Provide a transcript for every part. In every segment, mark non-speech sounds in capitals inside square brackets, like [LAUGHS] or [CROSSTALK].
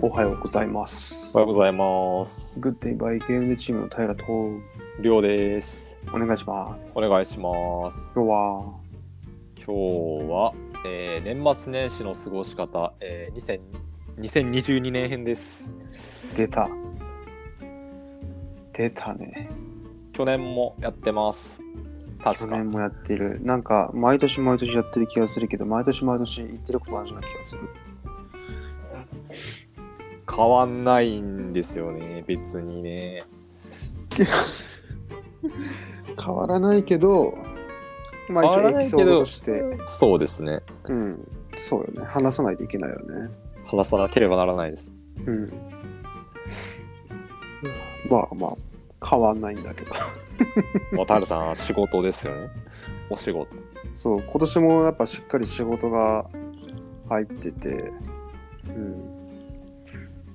おはようございますお。はようございます。グッデイバイゲームチームの平とりょうです。お願いします。お願いします。今日は今日は、えー年末年始の過ごし方、えー、2000 2022年編です。出た。出たね。去年もやってます。去確か。年もやってる。なんか毎年毎年やってる気がするけど、毎年毎年言ってること同じな気がする。変わんないんですよね、別にね。変わらないけど、まあ変一応わらエなピいけソどードとして、そうですね。うん、そうよね。話さないといけないよね。話さなければならないです。うん。まあまあ、変わんないんだけど。渡るさん、仕事ですよね。 [LAUGHS] お仕事。そう今年もやっぱしっかり仕事が入ってて、うん、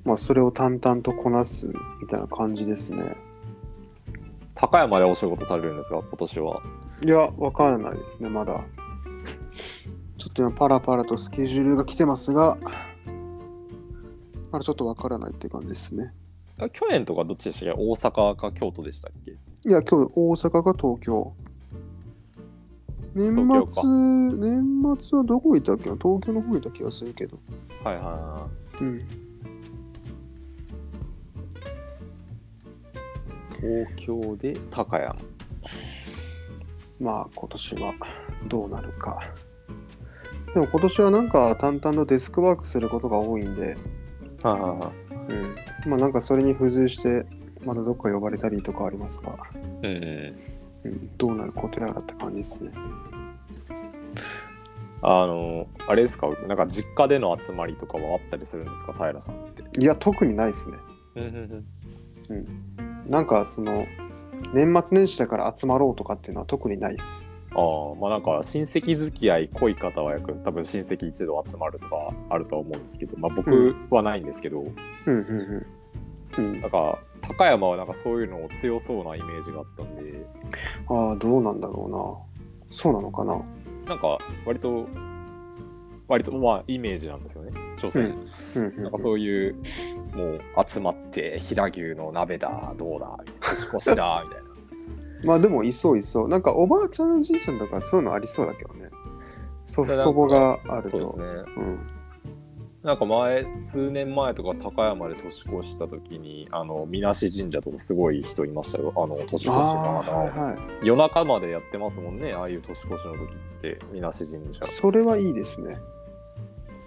まあそれを淡々とこなすみたいな感じですね高山でお仕事されるんですが、今年は。いやわからないですねまだちょっと今パラパラとスケジュールが来てますがまだちょっとわからないって感じですねあ去年とかどっちでしたっけ大阪か京都でしたっけいや今日大阪か東京年東末年末はどこ行ったっけな東京の方行った気がするけどはいはいはうい。ん東京で高山まあ今年はどうなるか。でも今年はなんか淡々とデスクワークすることが多いんで、ああうん、まあなんかそれに付随してまだどっか呼ばれたりとかありますが、うんうん、どうなることやらって感じですね。あのあれですかなんか実家での集まりとかはあったりするんですか平さんっていや特にないですね。なんかその年末年始だから集まろうとかっていうのは特にないです。ああまあなんか親戚付き合い濃い方は多分親戚一度集まるとかあるとは思うんですけどまあう僕はないんですけうど、んうんうん。うんなんか高山はなんかそういうのを強そうなイメージがあったんでああどうなんだろうな。そうなのかな。なんか割と割とまあイメージなんですよね所詮、うんうんなんかそういう、もう集まって、飛騨牛の鍋だ、どうだ、みたいな年越しだ、みたいな。 [LAUGHS] まあでもいそういそう。なんかおばあちゃんのじいちゃんとかそういうのありそうだけどね。祖い父やなんか祖母があると。そうですね。うんなんか前、数年前とか高山で年越した時に、あの、みなし神社とかすごい人いましたよ。あの、年越しあのああのはいは夜中までやってますもんね、ああいう年越しの時って、みなし神社い。。それはいいですね。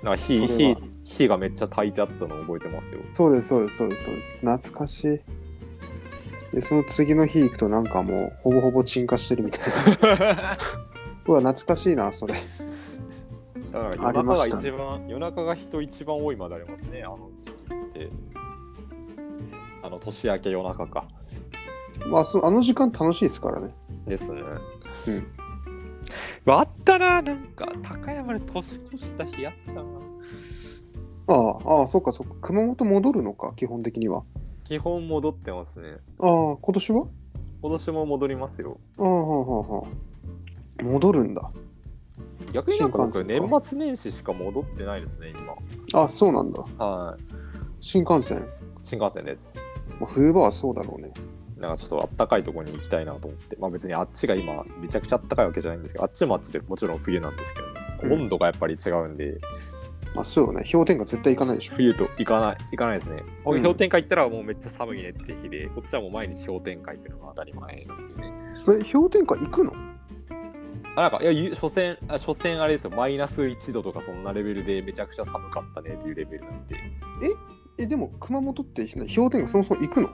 なんか火、それ火は、火がめっちゃ炊いてあったの覚えてま [LAUGHS] すよ。そうですそうですそうですそうです。懐かしい。でその次の日行くとなんかもうほぼほぼ沈下してるみたいな。 [LAUGHS] うわ懐かしいなそれ。だからあり夜ま中しがたね一番、夜中が人一番多いまでありますね、あの時期って。あの年明け夜中か。まあそあの時間楽しいですからね。ですね。うんあったな、なんか高山で年越した日あったな。ああああそっかそっか。熊本戻るのか基本的には。基本戻ってますね。ああ今年は？今年も戻りますよ。ああはあはあはあ。戻るんだ。逆になんか僕、新幹年線か末年始しか戻ってないですね、ああそうなんだ。今。はい。新幹線。新幹線です。まあ、冬場はそうだろうね。なんかちょっとあったかいところに行きたいなと思って、まあ、別にあっちが今、めちゃくちゃあったかいわけじゃないんですけど、あっちもあっちでもちろん冬なんですけど、うんね温度がやっぱり違うんで、まあそうよね。氷点下絶対行かないでしょ。冬と行かない行かないですね。うん氷点下行ったらもうめっちゃ寒いねって日で、こっちはもう毎日氷点下行くのが当たり前なんでね。え、氷点下行くのあなんか、いやゆ、所詮、あ所詮あれですよ、マイナス1度とかそんなレベルでめちゃくちゃ寒かったねっていうレベルなんで、え、でも熊本って氷点下そもそも行くの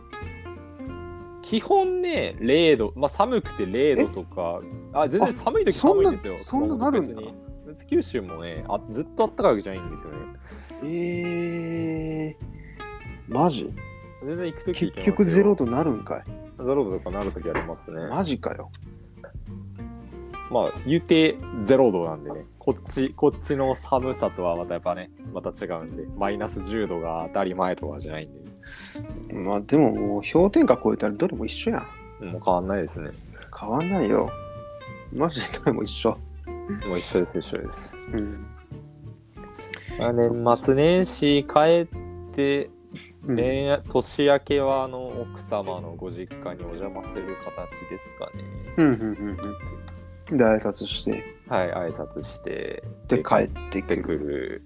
基本ね、0度、まあ寒くて0度とか、あ、全あ然寒い時寒いんですよ。そんなそんななるんだ別に別に九州もねあ、ずっとあったかいわけじゃないんですよね。ええマジ全然行くとき結局ゼロ。となるんかい。ゼロ度とかなるときありますね。まマジかよ。あ、言うてゼロ度なんでね、こっち、こっちの寒さとはまたやっぱね、また違うんで、マイナス10度が当たり前とかじゃないんで、まあでももう氷点下超えたらどれも一緒やん。もう変わんないですね。変わんないよ。マジでどれも一緒。もう一緒です、一緒です。うん。年末年始帰っで、うん恋愛年明けはあの奥様のご実家にお邪魔する形ですかね。うんうんうんうん。で、挨拶して、はい、挨拶して、で、帰ってっくてる。くる。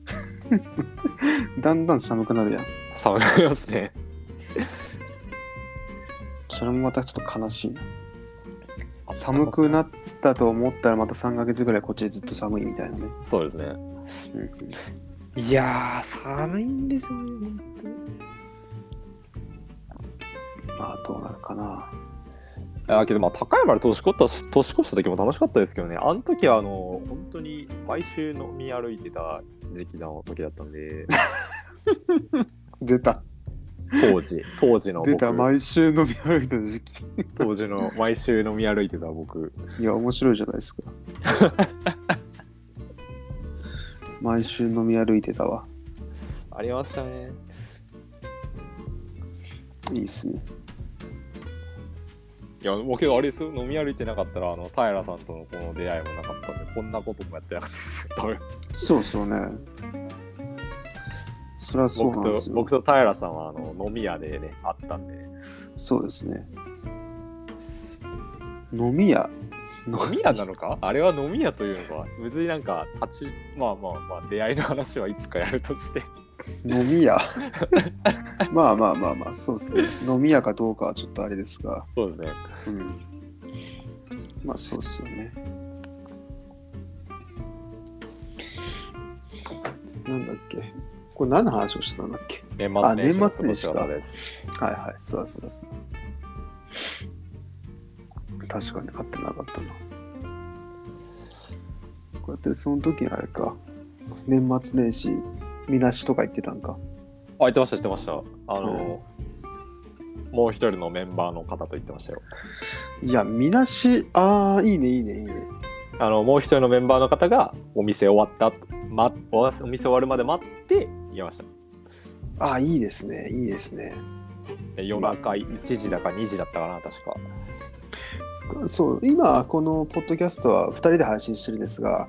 だんだん寒くなるやん。寒くなりますね。それもまたちょっと悲しいな。寒くなったと思ったらまた3ヶ月ぐらいこっちでずっと寒いみたいなね。そうですね。うんうんいやー、寒いんですよね、本当にまあどうなるかな。あけどまあ高山で年越った年越した時も楽しかったですけどね、あの時はあの本当に毎週飲み歩いてた時期の時だったんで、出た。当時、当時の出た。僕、毎週飲み歩いてる時期。当時の毎週飲み歩いてた僕、いや、面白いじゃない [LAUGHS] ですか。毎週飲み歩いてたわ。ありましたね。いいっすね。いや、もうけどあれですよ、飲み歩いてなかったら、あの平さんとのこの出会いもなかったんで、こんなこともやってなかった [LAUGHS] ですよ、多分そうそうね。そりゃそうなん僕ですよと僕。と平さんはあの飲み屋でね、会ったんで、飲そうですね。飲み屋。み屋なのかあれは飲み屋というのか、別になんか、立ち、まあまあまあ、出会いの話はいつかやると [LAUGHS] して。飲み屋まあまあまあまあそうですね飲み屋かどうかはちょっとあれですが、そうですね。うん、まあそうっすよねなんだっけこれ何の話をしてたんだっけ年末年始あの年末年始か過ごし方です。はいはいそうだそうだそうだ確かに買ってなかったなこうやってその時にあれか年末年始みなしとか言ってたんかあ、言ってました、言ってました。あの、もう一人のメンバーの方と言ってましたよ。いや、みなし、ああ、いいね、いいね、いいね。あの、もう一人のメンバーの方が、お店終わった、ま、おお店終わるまで待って、行きました。ああ、いいですね、いいですね。で夜中1時だか2時だったかな、確か。そそう、今、このポッドキャストは2人で配信してるんですが、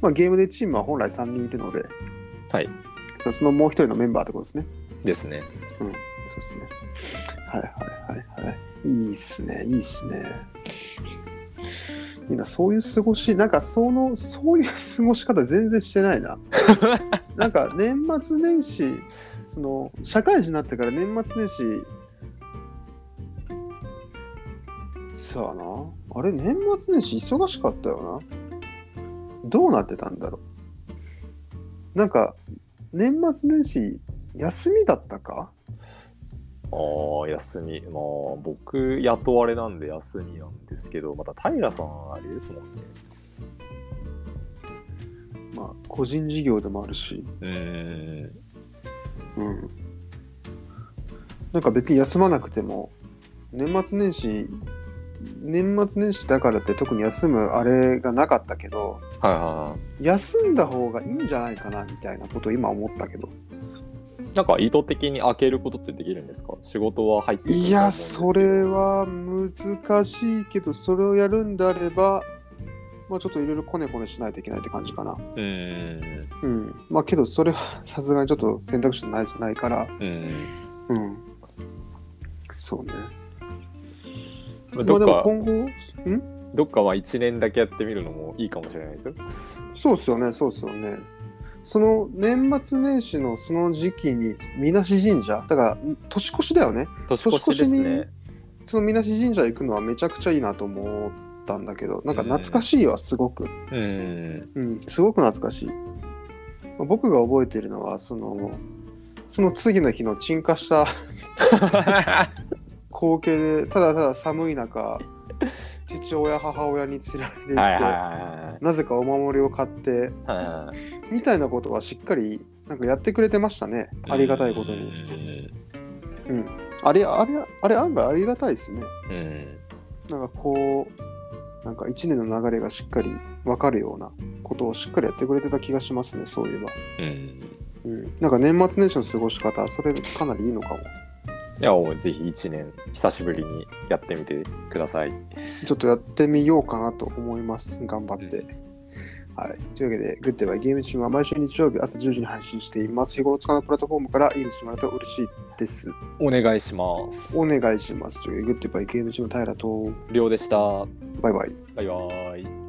まあ、ゲームでチームは本来3人いるので、はい。そうそのもう1人のメンバーってことですね。ですね。そうですね。はいはいはいはい。いいっすね、いいっすね。いいな、そういう過ごし、なんかその、そういう過ごし方全然してないな。なんか年末年始、その、社会人になってから年末年始、そうやな。あれ、年末年始忙しかったよな。どうなってたんだろう。なんか、年末年始、休みだったかああ、休み。まあ、僕、雇われなんで休みなんですけど、また平さん、あれですもんね。まあ、個人事業でもあるし、うーん。うん。なんか別に休まなくても、年末年始、年末年始だからって特に休むあれがなかったけど、はいはいはい。休んだ方がいいんじゃないかなみたいなことを今思ったけど。なんか意図的に開けることってできるんですか仕事は入ってくると思うんいや、それは難しいけど、それをやるんであれば、まあちょっといろいろこねこねしないといけないって感じかな。うーんうん。まあけど、それはさすがにちょっと選択肢ないないから、うんうん。そうね。まあまどあっでもか、今後、どっかは1年だけやってみるのもいいかもしれないですよ。そうっすよね、そうっすよね。その年末年始のその時期に、みなし神社、だから年越しだよね。年越しですね。そのみなし神社行くのはめちゃくちゃいいなと思ったんだけど、なんか懐かしいはすごく、うん。うん、すごく懐かしい。まあ僕が覚えているのは、その、その次の日の鎮火した光景で、ただただ寒い中、父親、母親に連れられて行って、はいはいはなぜかお守りを買って、いはい。みたいなことはしっかりなんかやってくれてましたね。ありがたいことに。に。あれ、あれ、あれ案外ありがたいですね。うん。なんかこう、なんか一年の流れがしっかりわかるようなことをしっかりやってくれてた気がしますね、そういえば。うん。うん。なんか年末年始の過ごし方、それかなりいいのかも。いや、もうぜひ1年、久しぶりにやってみてください。ちょっとやってみようかなと思います。頑張って。はい。というわけで、グッデバイゲームチームは毎週日曜日朝10時に配信しています。日頃使うプラットフォームからいいねしてもらえたら嬉しいです。お願いします。お願いします。というわけで、グッデバイゲームチーム、平と、りょうでした。バイバイ。バイバイ。